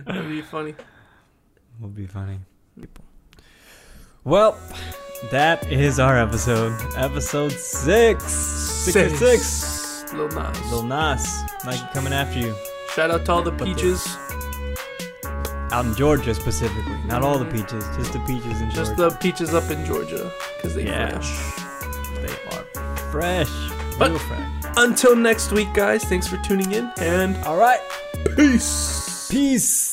[SPEAKER 2] That'd be funny.
[SPEAKER 1] Would be funny. Well, that is our episode. Episode six. Six of six.
[SPEAKER 2] Lil Nas.
[SPEAKER 1] Lil Nas, Nike coming after you.
[SPEAKER 2] Shout out to all the
[SPEAKER 1] But the-
[SPEAKER 2] peaches.
[SPEAKER 1] Out in Georgia specifically. Not all the peaches, just the peaches in
[SPEAKER 2] Just
[SPEAKER 1] Georgia.
[SPEAKER 2] the peaches up in Georgia. Because they
[SPEAKER 1] Yeah.
[SPEAKER 2] fresh.
[SPEAKER 1] They are fresh.
[SPEAKER 2] But-
[SPEAKER 1] Real fresh.
[SPEAKER 2] Until next week, guys. Thanks for tuning in. And
[SPEAKER 1] All right.
[SPEAKER 2] peace.
[SPEAKER 1] Peace.